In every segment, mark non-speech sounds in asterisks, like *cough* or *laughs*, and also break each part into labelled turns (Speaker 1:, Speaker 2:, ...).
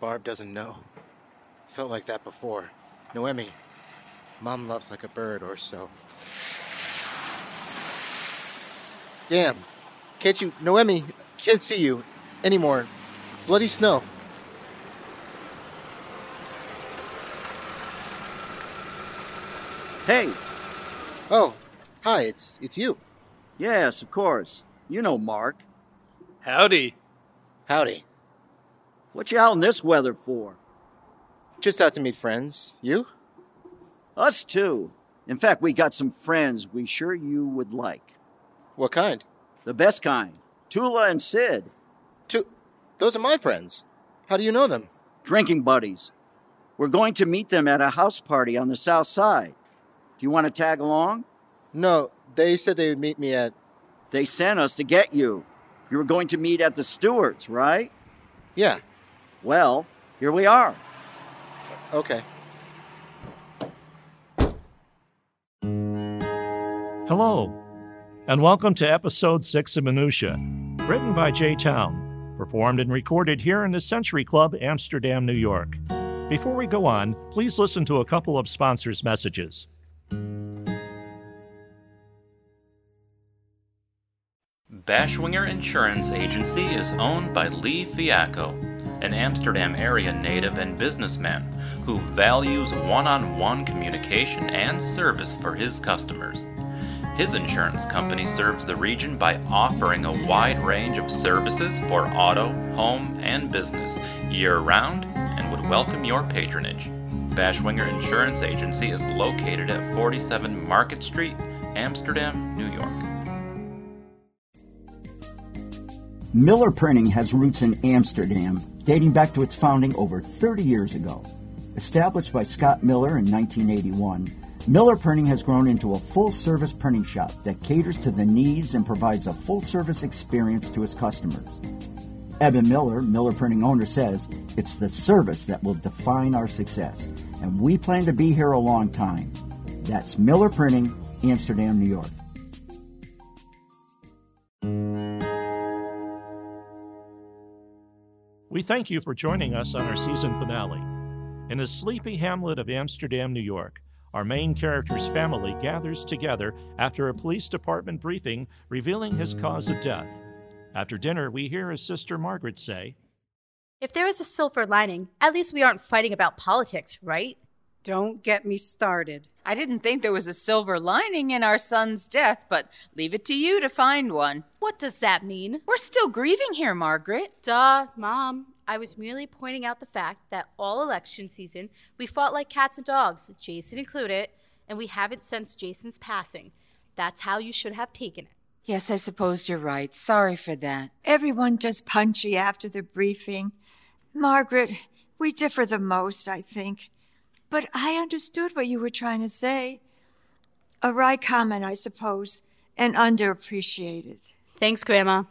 Speaker 1: Barb doesn't know. Felt like that before. Noemi. Mom loves like a bird or so. Damn. Can't you, Noemi, can't see you anymore. Bloody snow.
Speaker 2: Hey,
Speaker 1: Oh, hi, it's it's you.
Speaker 2: yes, of course. You know Mark.
Speaker 3: Howdy.
Speaker 1: Howdy.
Speaker 2: What you out in this weather for?
Speaker 1: Just out to meet friends. You?
Speaker 2: Us too. In fact, we got some friends we sure you would like.
Speaker 1: What kind?
Speaker 2: The best kind. Tula and Sid.
Speaker 1: Two. Those are my friends. How do you know them?
Speaker 2: Drinking buddies. We're going to meet them at a house party on the south side. Do you want to tag along?
Speaker 1: No, they said they would meet me at.
Speaker 2: They sent us to get you. You were going to meet at the Stewarts, right?
Speaker 1: Yeah.
Speaker 2: Well, here we are.
Speaker 1: Okay.
Speaker 4: Hello, and welcome to episode 6 of Minutia, written by Jay Town, performed and recorded here in the Century Club, Amsterdam, New York. Before we go on, please listen to a couple of sponsors' messages.
Speaker 5: Bashwinger Insurance Agency is owned by Lee Fiacco, an Amsterdam area native and businessman who values one on one communication and service for his customers. His insurance company serves the region by offering a wide range of services for auto, home, and business year round and would welcome your patronage. Bashwinger Insurance Agency is located at 47 Market Street, Amsterdam, New York.
Speaker 6: Miller Printing has roots in Amsterdam, dating back to its founding over 30 years ago. Established by Scott Miller in 1981, Miller Printing has grown into a full service printing shop that caters to the needs and provides a full service experience to its customers. Eben Miller, Miller Printing owner, says it's the service that will define our success, and we plan to be here a long time. That's Miller Printing, Amsterdam, New York.
Speaker 4: We thank you for joining us on our season finale. In the sleepy hamlet of Amsterdam, New York, our main character's family gathers together after a police department briefing revealing his cause of death. After dinner, we hear his sister Margaret say,
Speaker 7: If there is a silver lining, at least we aren't fighting about politics, right?
Speaker 8: Don't get me started.
Speaker 9: I didn't think there was a silver lining in our son's death, but leave it to you to find one.
Speaker 7: What does that mean?
Speaker 9: We're still grieving here, Margaret.
Speaker 7: Duh, Mom. I was merely pointing out the fact that all election season we fought like cats and dogs, Jason included, and we haven't since Jason's passing. That's how you should have taken it.
Speaker 9: Yes, I suppose you're right. Sorry for that.
Speaker 8: Everyone just punchy after the briefing. Margaret, we differ the most, I think. But I understood what you were trying to say. A wry comment, I suppose, and underappreciated.
Speaker 7: Thanks, Grandma.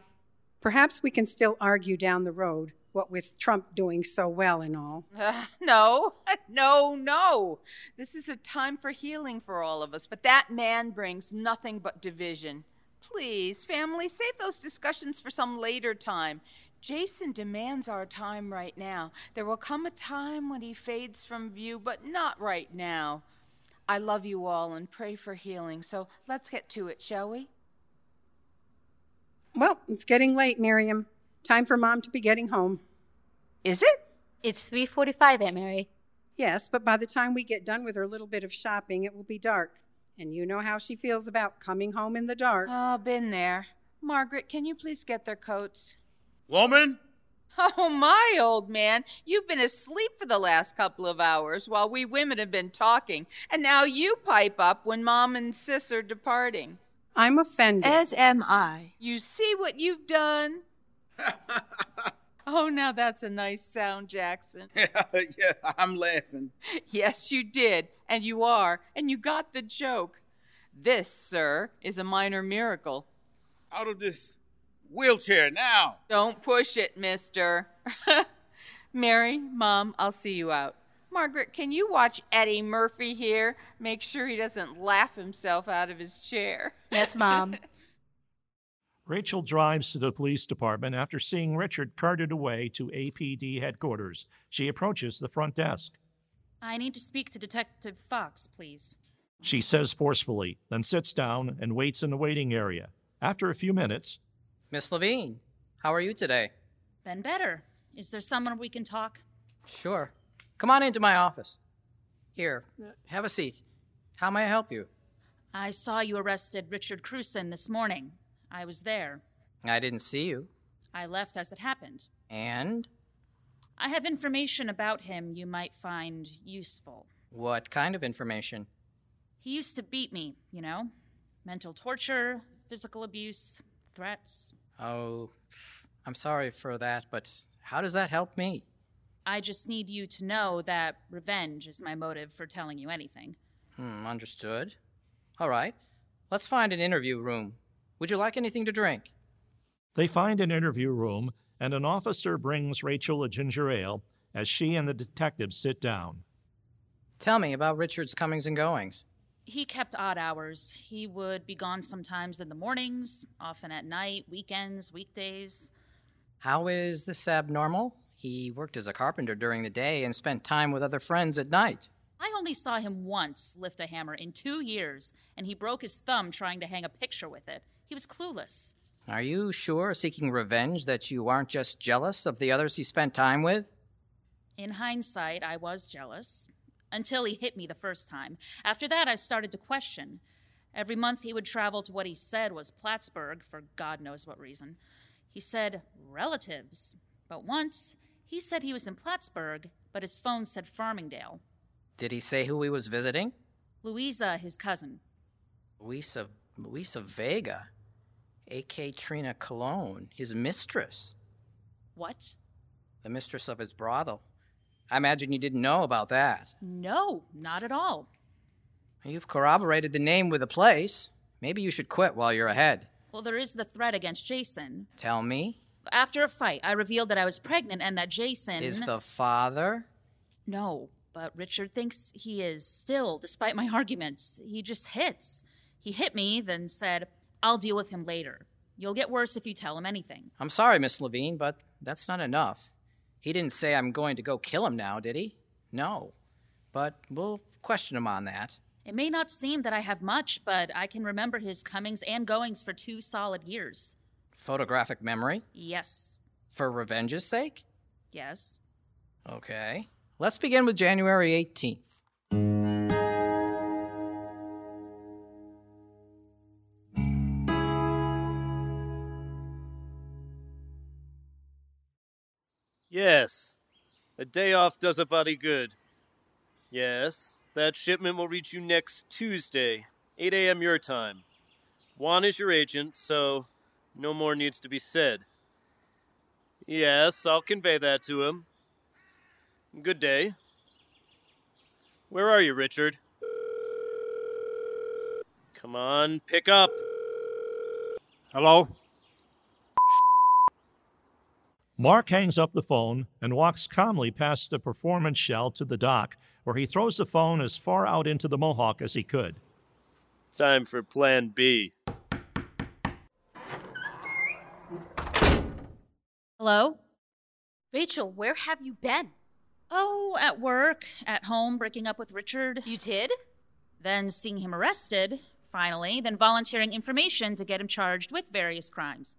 Speaker 10: Perhaps we can still argue down the road, what with Trump doing so well and all.
Speaker 9: Uh, *laughs* no, no, no. This is a time for healing for all of us, but that man brings nothing but division. Please, family, save those discussions for some later time. Jason demands our time right now. There will come a time when he fades from view, but not right now. I love you all and pray for healing, so let's get to it, shall we?
Speaker 10: Well, it's getting late, Miriam. Time for Mom to be getting home.
Speaker 9: Is it?
Speaker 7: It's 3:45, Aunt Mary.
Speaker 10: Yes, but by the time we get done with her little bit of shopping, it will be dark. And you know how she feels about coming home in the dark.
Speaker 9: Oh, been there. Margaret, can you please get their coats?
Speaker 11: Woman?
Speaker 9: Oh, my old man, you've been asleep for the last couple of hours while we women have been talking, and now you pipe up when Mom and Sis are departing.
Speaker 10: I'm offended.
Speaker 8: As am I.
Speaker 9: You see what you've
Speaker 11: *laughs*
Speaker 9: done? Oh, now that's a nice sound, Jackson.
Speaker 11: *laughs* yeah, I'm laughing.
Speaker 9: yes, you did, and you are, and you got the joke. This, sir, is a minor miracle.
Speaker 11: Out of this wheelchair now.
Speaker 9: Don't push it, mister. Mary, Mom, I'll see you out. Margaret, can you watch Eddie Murphy here? *laughs* Make sure he doesn't laugh himself out of his chair.
Speaker 7: Yes, Mom.
Speaker 4: Rachel drives to the police department after seeing Richard carted away to APD headquarters. She approaches the front desk.
Speaker 3: I need to speak to Detective Fox, please.
Speaker 4: She says forcefully, then sits down and waits in the waiting area. After a few minutes,
Speaker 12: Miss Levine, how are you today?
Speaker 3: Been better. Is there someone we can talk?
Speaker 12: Sure. Come on into my office. Here, have a seat. How may I help you?
Speaker 3: I saw you arrested Richard Cruson this morning. I was there.
Speaker 12: I didn't see you.
Speaker 3: I left as it happened.
Speaker 12: And
Speaker 3: I have information about him you might find useful.
Speaker 12: what kind of information?
Speaker 3: He used to beat me, you know mental torture, physical abuse, threats.
Speaker 12: Oh, I'm sorry for that, but how does that help me?
Speaker 3: I just need you to know that revenge is my motive for telling you anything.
Speaker 12: Hmm, understood. All right, let's find an interview room. Would you like anything to drink?
Speaker 4: they find an interview room and an officer brings Rachel a ginger ale as she and the detective sit down.
Speaker 12: Tell me about Richard's comings and goings.
Speaker 3: He kept odd hours. He would be gone sometimes in the mornings, often at night, weekends, weekdays.
Speaker 12: How is this abnormal? He worked as a carpenter during the day and spent time with other friends at night.
Speaker 3: I only saw him once lift a hammer in two years, and he broke his thumb trying to hang a picture with it. He was clueless.
Speaker 12: Are you sure, seeking revenge, that you aren't just jealous of the others he spent time with?
Speaker 3: In hindsight, I was jealous. Until he hit me the first time. After that, I started to question. Every month, he would travel to what he said was Plattsburgh, for God knows what reason. He said relatives. But once, he said he was in Plattsburgh, but his phone said Farmingdale.
Speaker 12: Did he say who he was visiting?
Speaker 3: Louisa, his cousin.
Speaker 12: Luisa, Luisa Vega, a.k. Trina Cologne, his mistress,
Speaker 3: What?
Speaker 12: the mistress of his brothel. I imagine you didn't know about that.
Speaker 3: No, not at all.
Speaker 12: You've corroborated the name with the place. Maybe you should quit while you're ahead.
Speaker 3: Well, there is the threat against Jason.
Speaker 12: Tell me,
Speaker 3: After a fight, I revealed that I was pregnant and that Jason.
Speaker 12: is the father?
Speaker 3: No, but Richard thinks he is still, despite my arguments. He just hits. He hit me, then said, I'll deal with him later. You'll get worse if you tell him anything.
Speaker 12: I'm sorry, Miss Levine, but that's not enough. He didn't say I'm going to go kill him now, did he? No. But we'll question him on that.
Speaker 3: It may not seem that I have much, but I can remember his comings and goings for two solid years.
Speaker 12: Photographic memory?
Speaker 3: Yes,
Speaker 12: For revenge's sake?
Speaker 3: yes.
Speaker 12: Okay. Let's begin with January 18th.
Speaker 13: Yes. A day off does a body good. Yes, that shipment will reach you next Tuesday, 8 a.m. your time. Juan is your agent, so no more needs to be said. Yes, I'll convey that to him. Good day. Where are you, Richard? Come on, pick up.
Speaker 14: Hello?
Speaker 4: Mark hangs up the phone and walks calmly past the performance shell to the dock, where he throws the phone as far out into the Mohawk as he could.
Speaker 13: Time for Plan B.
Speaker 3: Hello?
Speaker 7: Rachel, where have you been?
Speaker 3: Oh, at work, at home, breaking up with Richard.
Speaker 7: You did?
Speaker 3: Then seeing him arrested, finally, then volunteering information to get him charged with various crimes.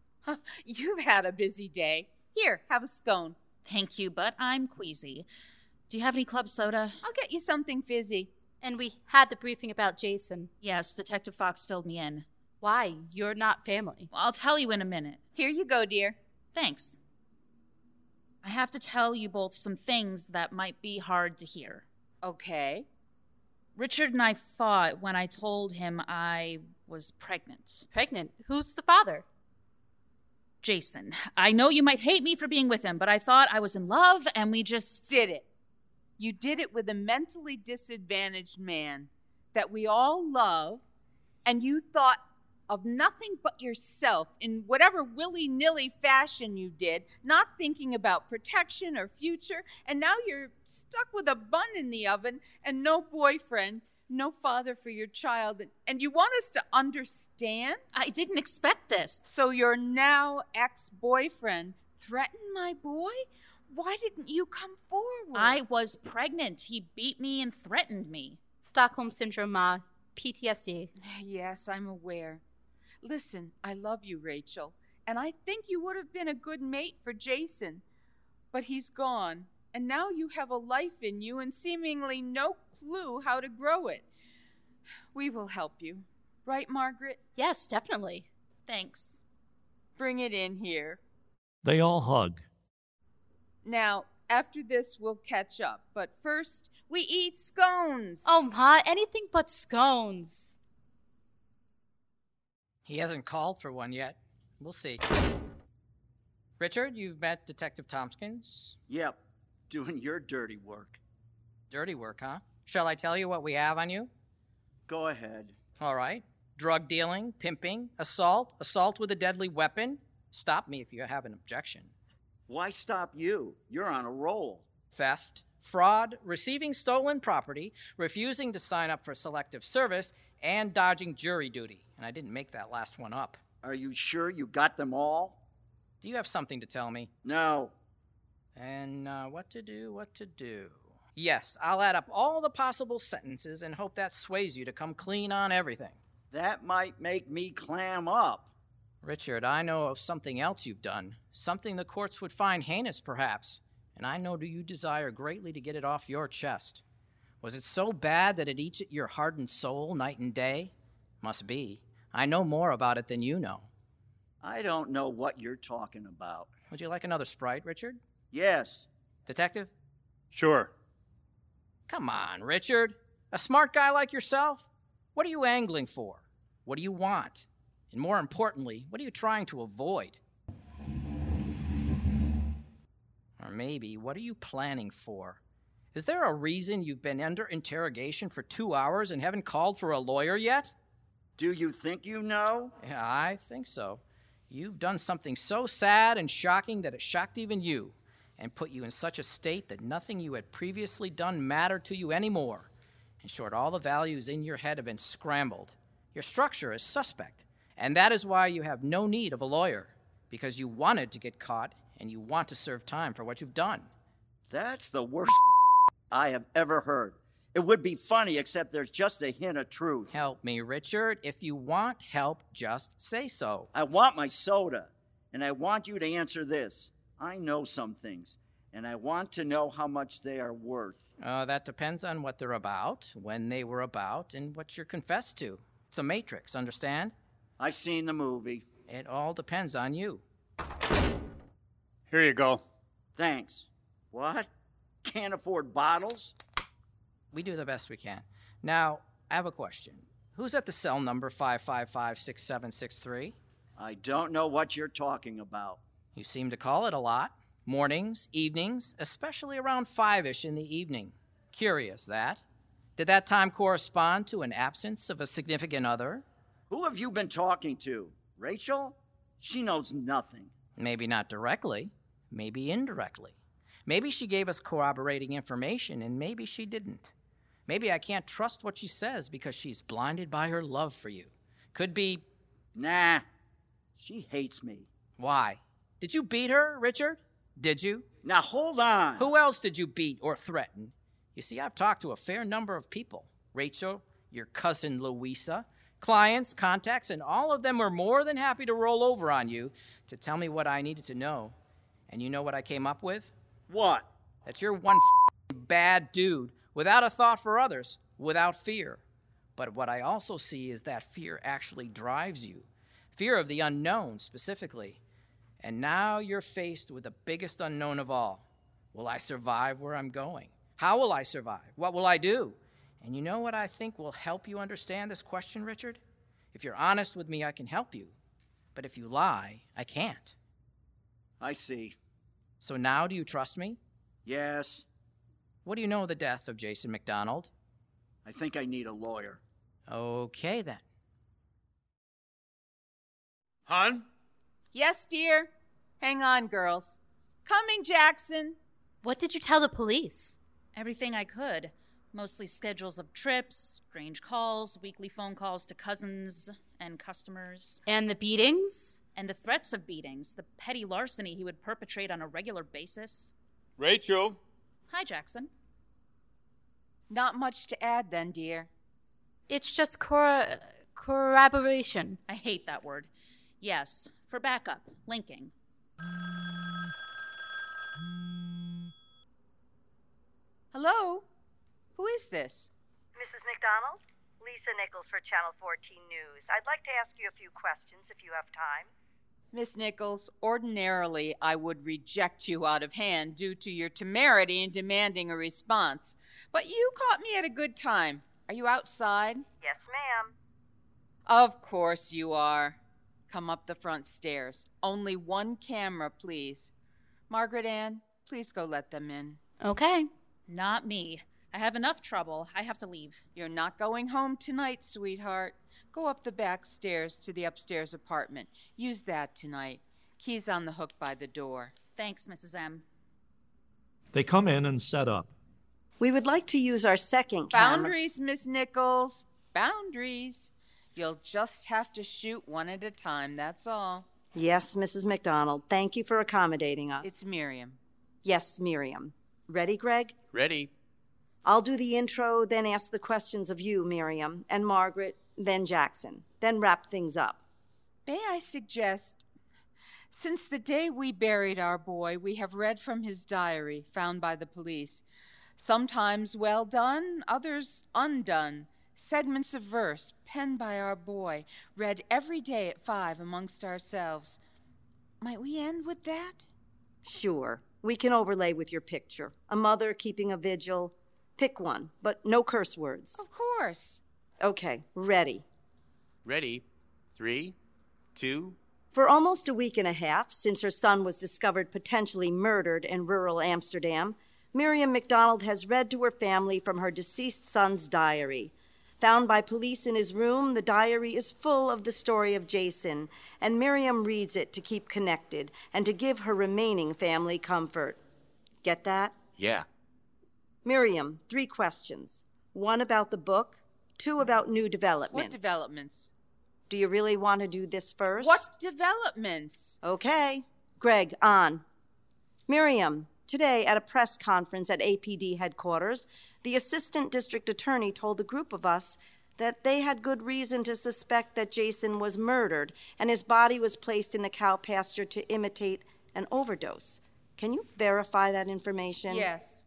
Speaker 9: You've had a busy day. Here, have a scone.
Speaker 3: Thank you, but I'm queasy. Do you have any club soda?
Speaker 9: I'll get you something fizzy.
Speaker 7: And we had the briefing about Jason.
Speaker 3: Yes, Detective Fox filled me in.
Speaker 7: Why? You're not family.
Speaker 3: I'll tell you in a minute.
Speaker 9: Here you go, dear.
Speaker 3: Thanks. I have to tell you both some things that might be hard to hear.
Speaker 9: Okay.
Speaker 3: Richard and I fought when I told him I was pregnant.
Speaker 7: Pregnant? Who's the father?
Speaker 3: Jason, I know you might hate me for being with him, but I thought I was in love and we just
Speaker 9: did it. You did it with a mentally disadvantaged man that we all love, and you thought of nothing but yourself in whatever willy nilly fashion you did, not thinking about protection or future, and now you're stuck with a bun in the oven and no boyfriend no father for your child, and- and you want us to understand?
Speaker 3: I didn't expect this.
Speaker 9: So your now ex boyfriend threatened my boy? Why didn't you come forward?
Speaker 3: I was pregnant. He beat me and threatened me.
Speaker 7: Stockholm Syndrome, uh, Ma. PTSD.
Speaker 9: Yes, I'm aware. Listen, I love you, Rachel, and I think you would have been a good mate for Jason. But he's gone, and now you have a life in you and seemingly no clue how to grow it. We will help you. Right, Margaret?
Speaker 7: Yes, definitely.
Speaker 3: Thanks.
Speaker 9: Bring it in here.
Speaker 4: They all hug.
Speaker 9: Now, after this, we'll catch up, but first, we eat scones.
Speaker 7: Oh, Ma, anything but scones.
Speaker 12: He hasn't called for one yet. We'll see. Richard, you've met Detective Tompkins?
Speaker 2: Yep, doing your dirty work.
Speaker 12: Dirty work, huh? Shall I tell you what we have on you?
Speaker 2: Go ahead.
Speaker 12: All right. Drug dealing, pimping, assault, assault with a deadly weapon. Stop me if you have an objection.
Speaker 2: Why stop you? You're on a roll.
Speaker 12: Theft, fraud, receiving stolen property, refusing to sign up for selective service, and dodging jury duty. And I didn't make that last one up.
Speaker 2: Are you sure you got them all?
Speaker 12: Do you have something to tell me?
Speaker 2: No.
Speaker 12: And uh, what to do, what to do. Yes, I'll add up all the possible sentences and hope that sways you to come clean on everything.
Speaker 2: That might make me clam up.
Speaker 12: Richard, I know of something else you've done, something the courts would find heinous, perhaps, and I know do you desire greatly to get it off your chest. Was it so bad that it eats at your hardened soul night and day? Must be. I know more about it than you know.
Speaker 2: I don't know what you're talking about.
Speaker 12: Would you like another Sprite, Richard?
Speaker 2: Yes.
Speaker 12: Detective?
Speaker 14: Sure.
Speaker 12: Come on, Richard. A smart guy like yourself? What are you angling for? What do you want? And more importantly, what are you trying to avoid? Or maybe, what are you planning for? Is there a reason you've been under interrogation for two hours and haven't called for a lawyer yet?
Speaker 2: Do you think you know?
Speaker 12: Yeah, I think so. You've done something so sad and shocking that it shocked even you and put you in such a state that nothing you had previously done mattered to you anymore. In short, all the values in your head have been scrambled. Your structure is suspect, and that is why you have no need of a lawyer because you wanted to get caught and you want to serve time for what you've done.
Speaker 2: That's the worst I have ever heard. It would be funny, except there's just a hint of truth.
Speaker 12: Help me, Richard. If you want help, just say so.
Speaker 2: I want my soda, and I want you to answer this. I know some things, and I want to know how much they are worth.
Speaker 12: Uh, that depends on what they're about, when they were about, and what you're confessed to. It's a matrix, understand?
Speaker 2: I've seen the movie.
Speaker 12: It all depends on you.
Speaker 14: Here you go.
Speaker 2: Thanks. What? Can't afford bottles?
Speaker 12: We do the best we can. Now, I have a question. Who's at the cell number 555 6763?
Speaker 2: I don't know what you're talking about.
Speaker 12: You seem to call it a lot. Mornings, evenings, especially around five ish in the evening. Curious, that. Did that time correspond to an absence of a significant other?
Speaker 2: Who have you been talking to? Rachel? She knows nothing.
Speaker 12: Maybe not directly, maybe indirectly. Maybe she gave us corroborating information, and maybe she didn't. Maybe I can't trust what she says because she's blinded by her love for you. Could be.
Speaker 2: Nah, she hates me.
Speaker 12: Why? Did you beat her, Richard? Did you?
Speaker 2: Now hold on.
Speaker 12: Who else did you beat or threaten? You see, I've talked to a fair number of people Rachel, your cousin Louisa, clients, contacts, and all of them were more than happy to roll over on you to tell me what I needed to know. And you know what I came up with?
Speaker 2: What?
Speaker 12: That you're one bad dude without a thought for others, without fear. But what I also see is that fear actually drives you fear of the unknown specifically. And now you're faced with the biggest unknown of all. Will I survive where I'm going? How will I survive? What will I do? And you know what I think will help you understand this question, Richard? If you're honest with me, I can help you. But if you lie, I can't.
Speaker 2: I see.
Speaker 12: So now do you trust me?
Speaker 2: Yes,
Speaker 12: What do you know of the death of Jason McDonald?
Speaker 2: I think I need a lawyer.
Speaker 12: Okay, then.
Speaker 11: Hun?
Speaker 9: Yes, dear. Hang on, girls. Coming, Jackson.
Speaker 7: What did you tell the police?
Speaker 3: Everything I could. Mostly schedules of trips, strange calls, weekly phone calls to cousins and customers.
Speaker 7: And the beatings?
Speaker 3: And the threats of beatings, the petty larceny he would perpetrate on a regular basis.
Speaker 11: Rachel.
Speaker 3: Hi, Jackson.
Speaker 9: Not much to add then, dear.
Speaker 7: It's just cor- corroboration.
Speaker 3: I hate that word. Yes, for backup, linking.
Speaker 9: Hello? Who is this?
Speaker 15: Mrs. McDonald? Lisa Nichols for Channel 14 News. I'd like to ask you a few questions if you have time.
Speaker 9: Miss Nichols, ordinarily I would reject you out of hand due to your temerity in demanding a response, but you caught me at a good time. Are you outside?
Speaker 15: Yes, ma'am.
Speaker 9: Of course you are. Come up the front stairs. Only one camera, please. Margaret Ann, please go let them in.
Speaker 7: Okay.
Speaker 3: Not me. I have enough trouble. I have to leave.
Speaker 9: You're not going home tonight, sweetheart. Go up the back stairs to the upstairs apartment. Use that tonight. Key's on the hook by the door.
Speaker 3: Thanks, Mrs. M.
Speaker 4: They come in and set up.
Speaker 16: We would like to use our second camera.
Speaker 9: Boundaries, Miss Nichols. Boundaries. You'll just have to shoot one at a time, that's all.
Speaker 16: Yes, Mrs. McDonald. Thank you for accommodating us.
Speaker 9: It's Miriam.
Speaker 16: Yes, Miriam. Ready, Greg?
Speaker 5: Ready.
Speaker 16: I'll do the intro, then ask the questions of you, Miriam, and Margaret, then Jackson, then wrap things up.
Speaker 9: May I suggest, since the day we buried our boy, we have read from his diary found by the police, sometimes well done, others undone, segments of verse penned by our boy, read every day at five amongst ourselves. Might we end with that?
Speaker 16: Sure, we can overlay with your picture. A mother keeping a vigil. Pick one, but no curse words.
Speaker 9: Of course.
Speaker 16: Okay, ready.
Speaker 5: Ready. Three, two.
Speaker 16: For almost a week and a half, since her son was discovered potentially murdered in rural Amsterdam, Miriam McDonald has read to her family from her deceased son's diary. Found by police in his room, the diary is full of the story of Jason, and Miriam reads it to keep connected and to give her remaining family comfort. Get that?
Speaker 5: Yeah.
Speaker 16: Miriam, three questions one about the book, two about new
Speaker 9: What
Speaker 16: development.
Speaker 9: developments?
Speaker 16: do you really want to do this first?
Speaker 9: What developments?
Speaker 16: Okay. Greg, on. Miriam, today at a press conference at APD headquarters, the assistant district attorney told a group of us that they had good reason to suspect that Jason was murdered and his body was placed in a cow pasture to imitate an overdose. Can you verify that information?
Speaker 9: Yes.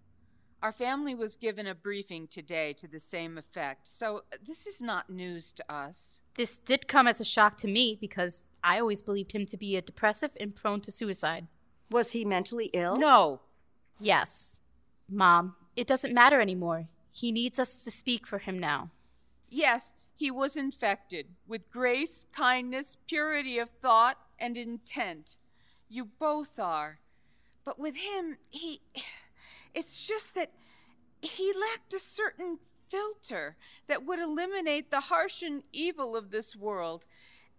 Speaker 9: Our family was given a briefing today to the same effect, so uh, this is not news to us.
Speaker 7: This did come as a shock to me because I always believed him to be a depressive and prone to suicide.
Speaker 16: Was he mentally ill?
Speaker 9: No.
Speaker 7: Yes. Mom, it doesn't matter anymore. He needs us to speak for him now.
Speaker 9: Yes, he was infected with grace, kindness, purity of thought, and intent. You both are. But with him, he. It's just that he lacked a certain filter that would eliminate the harsh and evil of this world.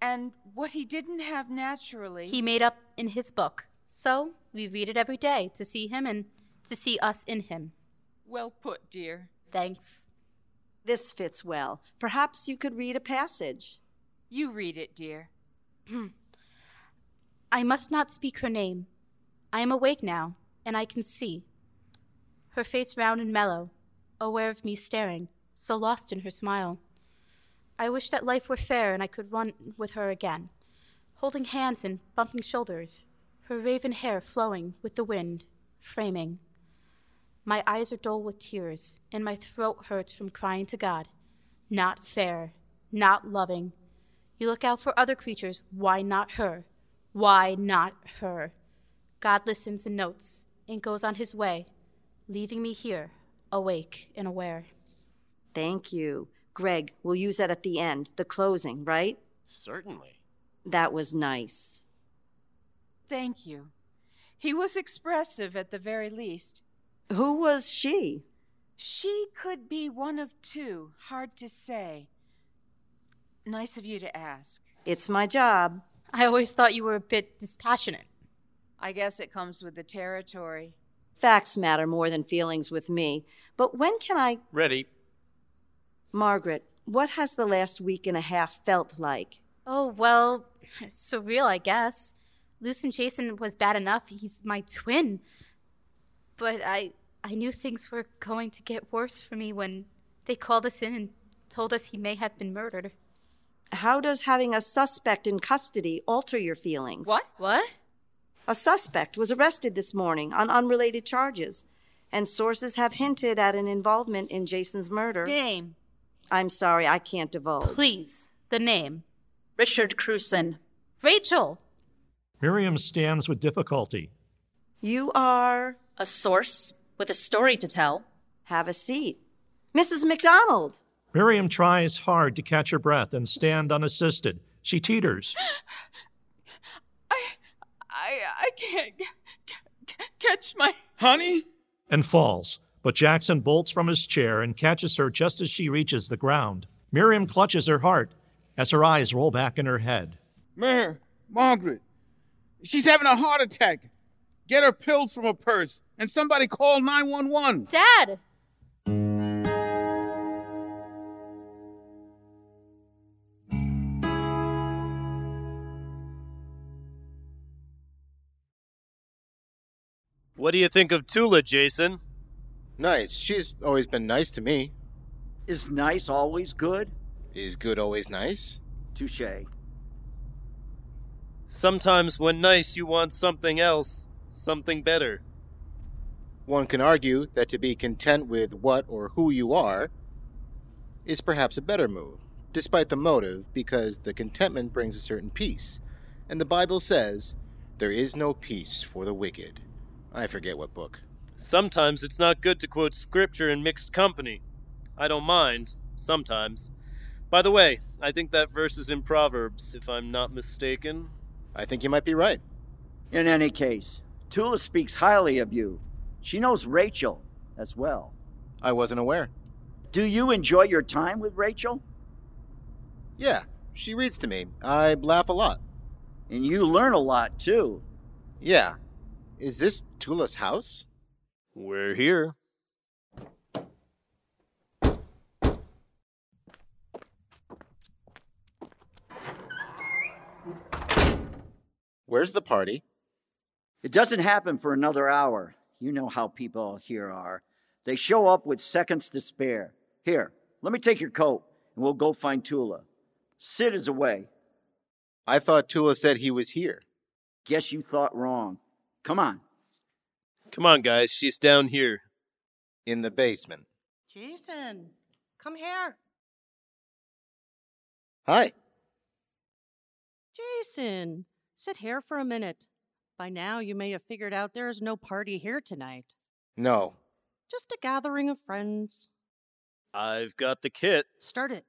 Speaker 9: And what he didn't have naturally.
Speaker 7: He made up in his book. So we read it every day to see him and to see us in him.
Speaker 9: Well put, dear.
Speaker 7: Thanks.
Speaker 16: This fits well. Perhaps you could read a passage.
Speaker 9: You read it, dear.
Speaker 7: *clears throat* I must not speak her name. I am awake now, and I can see. Her face round and mellow, aware of me staring, so lost in her smile. I wish that life were fair and I could run with her again, holding hands and bumping shoulders, her raven hair flowing with the wind, framing. My eyes are dull with tears, and my throat hurts from crying to God. Not fair, not loving. You look out for other creatures, why not her? Why not her? God listens and notes and goes on his way, leaving me here, awake and aware.
Speaker 16: Thank you. Greg, we'll use that at the end, the closing, right?
Speaker 13: Certainly.
Speaker 16: That was nice.
Speaker 9: Thank you. He was expressive at the very least.
Speaker 16: Who was she?
Speaker 9: She could be one of two, hard to say. Nice of you to ask.
Speaker 16: It's my job.
Speaker 7: I always thought you were a bit dispassionate.
Speaker 9: I guess it comes with the territory.
Speaker 16: Facts matter more than feelings with me. But when can I?
Speaker 14: Ready.
Speaker 16: Margaret, what has the last week and a half felt like?
Speaker 7: Oh, well, *laughs* surreal, I guess. Losing Jason was bad enough. He's my twin. But I I knew things were going to get worse for me when they called us in and told us he may have been murdered.
Speaker 16: How does having a suspect in custody alter your feelings?
Speaker 7: What? What?
Speaker 16: A suspect was arrested this morning on unrelated charges, and sources have hinted at an involvement in Jason's murder.
Speaker 9: Name.
Speaker 16: I'm sorry, I can't divulge.
Speaker 7: Please, the name.
Speaker 3: Richard Cruson.
Speaker 7: Rachel.
Speaker 4: Miriam stands with difficulty.
Speaker 16: You are
Speaker 3: a source with a story to tell.
Speaker 16: Have a seat. Mrs. McDonald.
Speaker 4: Miriam tries hard to catch her breath and stand unassisted. She teeters.
Speaker 9: I I can't c- c- catch my
Speaker 11: honey
Speaker 4: and falls, but Jackson bolts from his chair and catches her just as she reaches the ground. Miriam clutches her heart as her eyes roll back in her head.
Speaker 11: Mer, Margaret. She's having a heart attack. Get her pills from her purse and somebody call 911.
Speaker 7: Dad!
Speaker 13: What do you think of Tula, Jason?
Speaker 1: Nice. She's always been nice to me.
Speaker 2: Is nice always good?
Speaker 1: Is good always nice?
Speaker 2: Touche.
Speaker 13: Sometimes when nice, you want something else, something better.
Speaker 1: One can argue that to be content with what or who you are is perhaps a better move, despite the motive, because the contentment brings a certain peace. And the Bible says, There is no peace for the wicked. I forget what book.
Speaker 13: Sometimes it's not good to quote scripture in mixed company. I don't mind, sometimes. By the way, I think that verse is in Proverbs, if I'm not mistaken.
Speaker 1: I think you might be right.
Speaker 2: In any case, Tula speaks highly of you. She knows Rachel as well.
Speaker 1: I wasn't aware.
Speaker 2: Do you enjoy your time with Rachel?
Speaker 1: Yeah, she reads to me. Uh, I laugh a lot.
Speaker 2: And you learn a lot, too.
Speaker 1: Yeah. Is this Tula's house?
Speaker 13: We're here.
Speaker 1: Where's the party?
Speaker 2: It doesn't happen for another hour. You know how people here are. They show up with seconds to spare. Here, let me take your coat, and we'll go find Tula. Sid is away.
Speaker 1: I thought Tula said he was here.
Speaker 2: Guess you thought wrong. Come on.
Speaker 13: Come on, guys. She's down here.
Speaker 1: In the basement.
Speaker 17: Jason, come here.
Speaker 1: Hi.
Speaker 17: Jason, sit here for a minute. By now, you may have figured out there is no party here tonight.
Speaker 1: No.
Speaker 17: Just a gathering of friends.
Speaker 13: I've got the kit.
Speaker 17: Start it.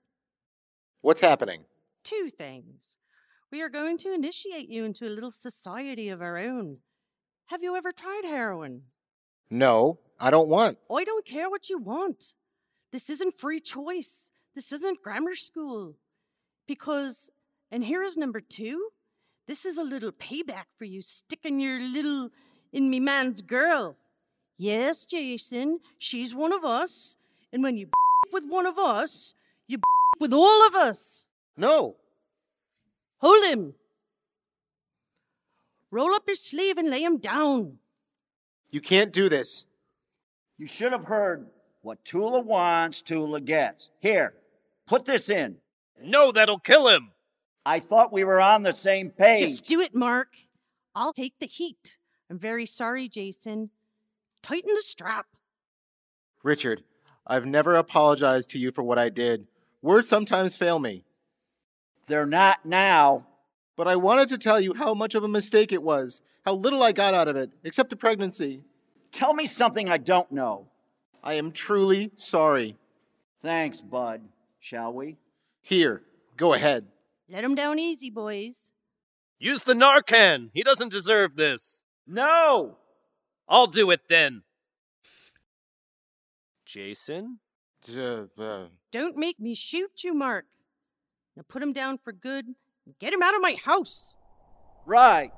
Speaker 1: What's happening?
Speaker 17: Two things. We are going to initiate you into a little society of our own. Have you ever tried heroin?
Speaker 1: No, I don't want.
Speaker 17: I don't care what you want. This isn't free choice. This isn't grammar school. Because, and here is number two this is a little payback for you sticking your little in me man's girl. Yes, Jason, she's one of us. And when you *laughs* with one of us, you *laughs* with all of us.
Speaker 1: No.
Speaker 17: Hold him. Roll up his sleeve and lay him down.
Speaker 1: You can't do this.
Speaker 2: You should have heard what Tula wants, Tula gets. Here, put this in.
Speaker 13: No, that'll kill him.
Speaker 2: I thought we were on the same page.
Speaker 17: Just do it, Mark. I'll take the heat. I'm very sorry, Jason. Tighten the strap.
Speaker 1: Richard, I've never apologized to you for what I did. Words sometimes fail me.
Speaker 2: They're not now.
Speaker 1: But I wanted to tell you how much of a mistake it was, how little I got out of it, except the pregnancy.
Speaker 2: Tell me something I don't know.
Speaker 1: I am truly sorry.
Speaker 2: Thanks, bud. Shall we?
Speaker 1: Here, go ahead.
Speaker 17: Let him down easy, boys.
Speaker 13: Use the Narcan. He doesn't deserve this.
Speaker 2: No!
Speaker 13: I'll do it then. Jason?
Speaker 1: Uh, uh.
Speaker 17: Don't make me shoot you, Mark. Now put him down for good and get him out of my house.
Speaker 2: Right.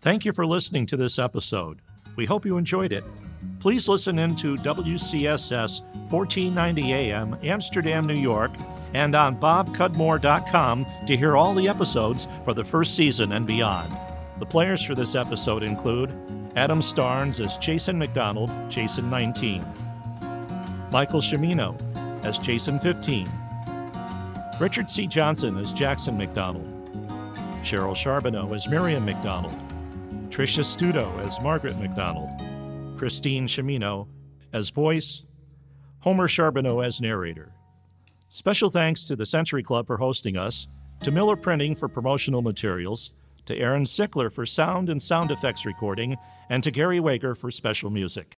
Speaker 4: Thank you for listening to this episode. We hope you enjoyed it. Please listen in to WCSS 1490 AM, Amsterdam, New York, and on bobcudmore.com to hear all the episodes for the first season and beyond. The players for this episode include Adam Starnes as Jason McDonald, Jason 19, Michael Shimino as Jason 15, Richard C. Johnson as Jackson McDonald, Cheryl Charbonneau as Miriam McDonald, Tricia Studo as Margaret McDonald, Christine Shimino as voice, Homer Charbonneau as narrator. Special thanks to the Century Club for hosting us, to Miller Printing for promotional materials, to Aaron Sickler for sound and sound effects recording, and to Gary Wager for special music.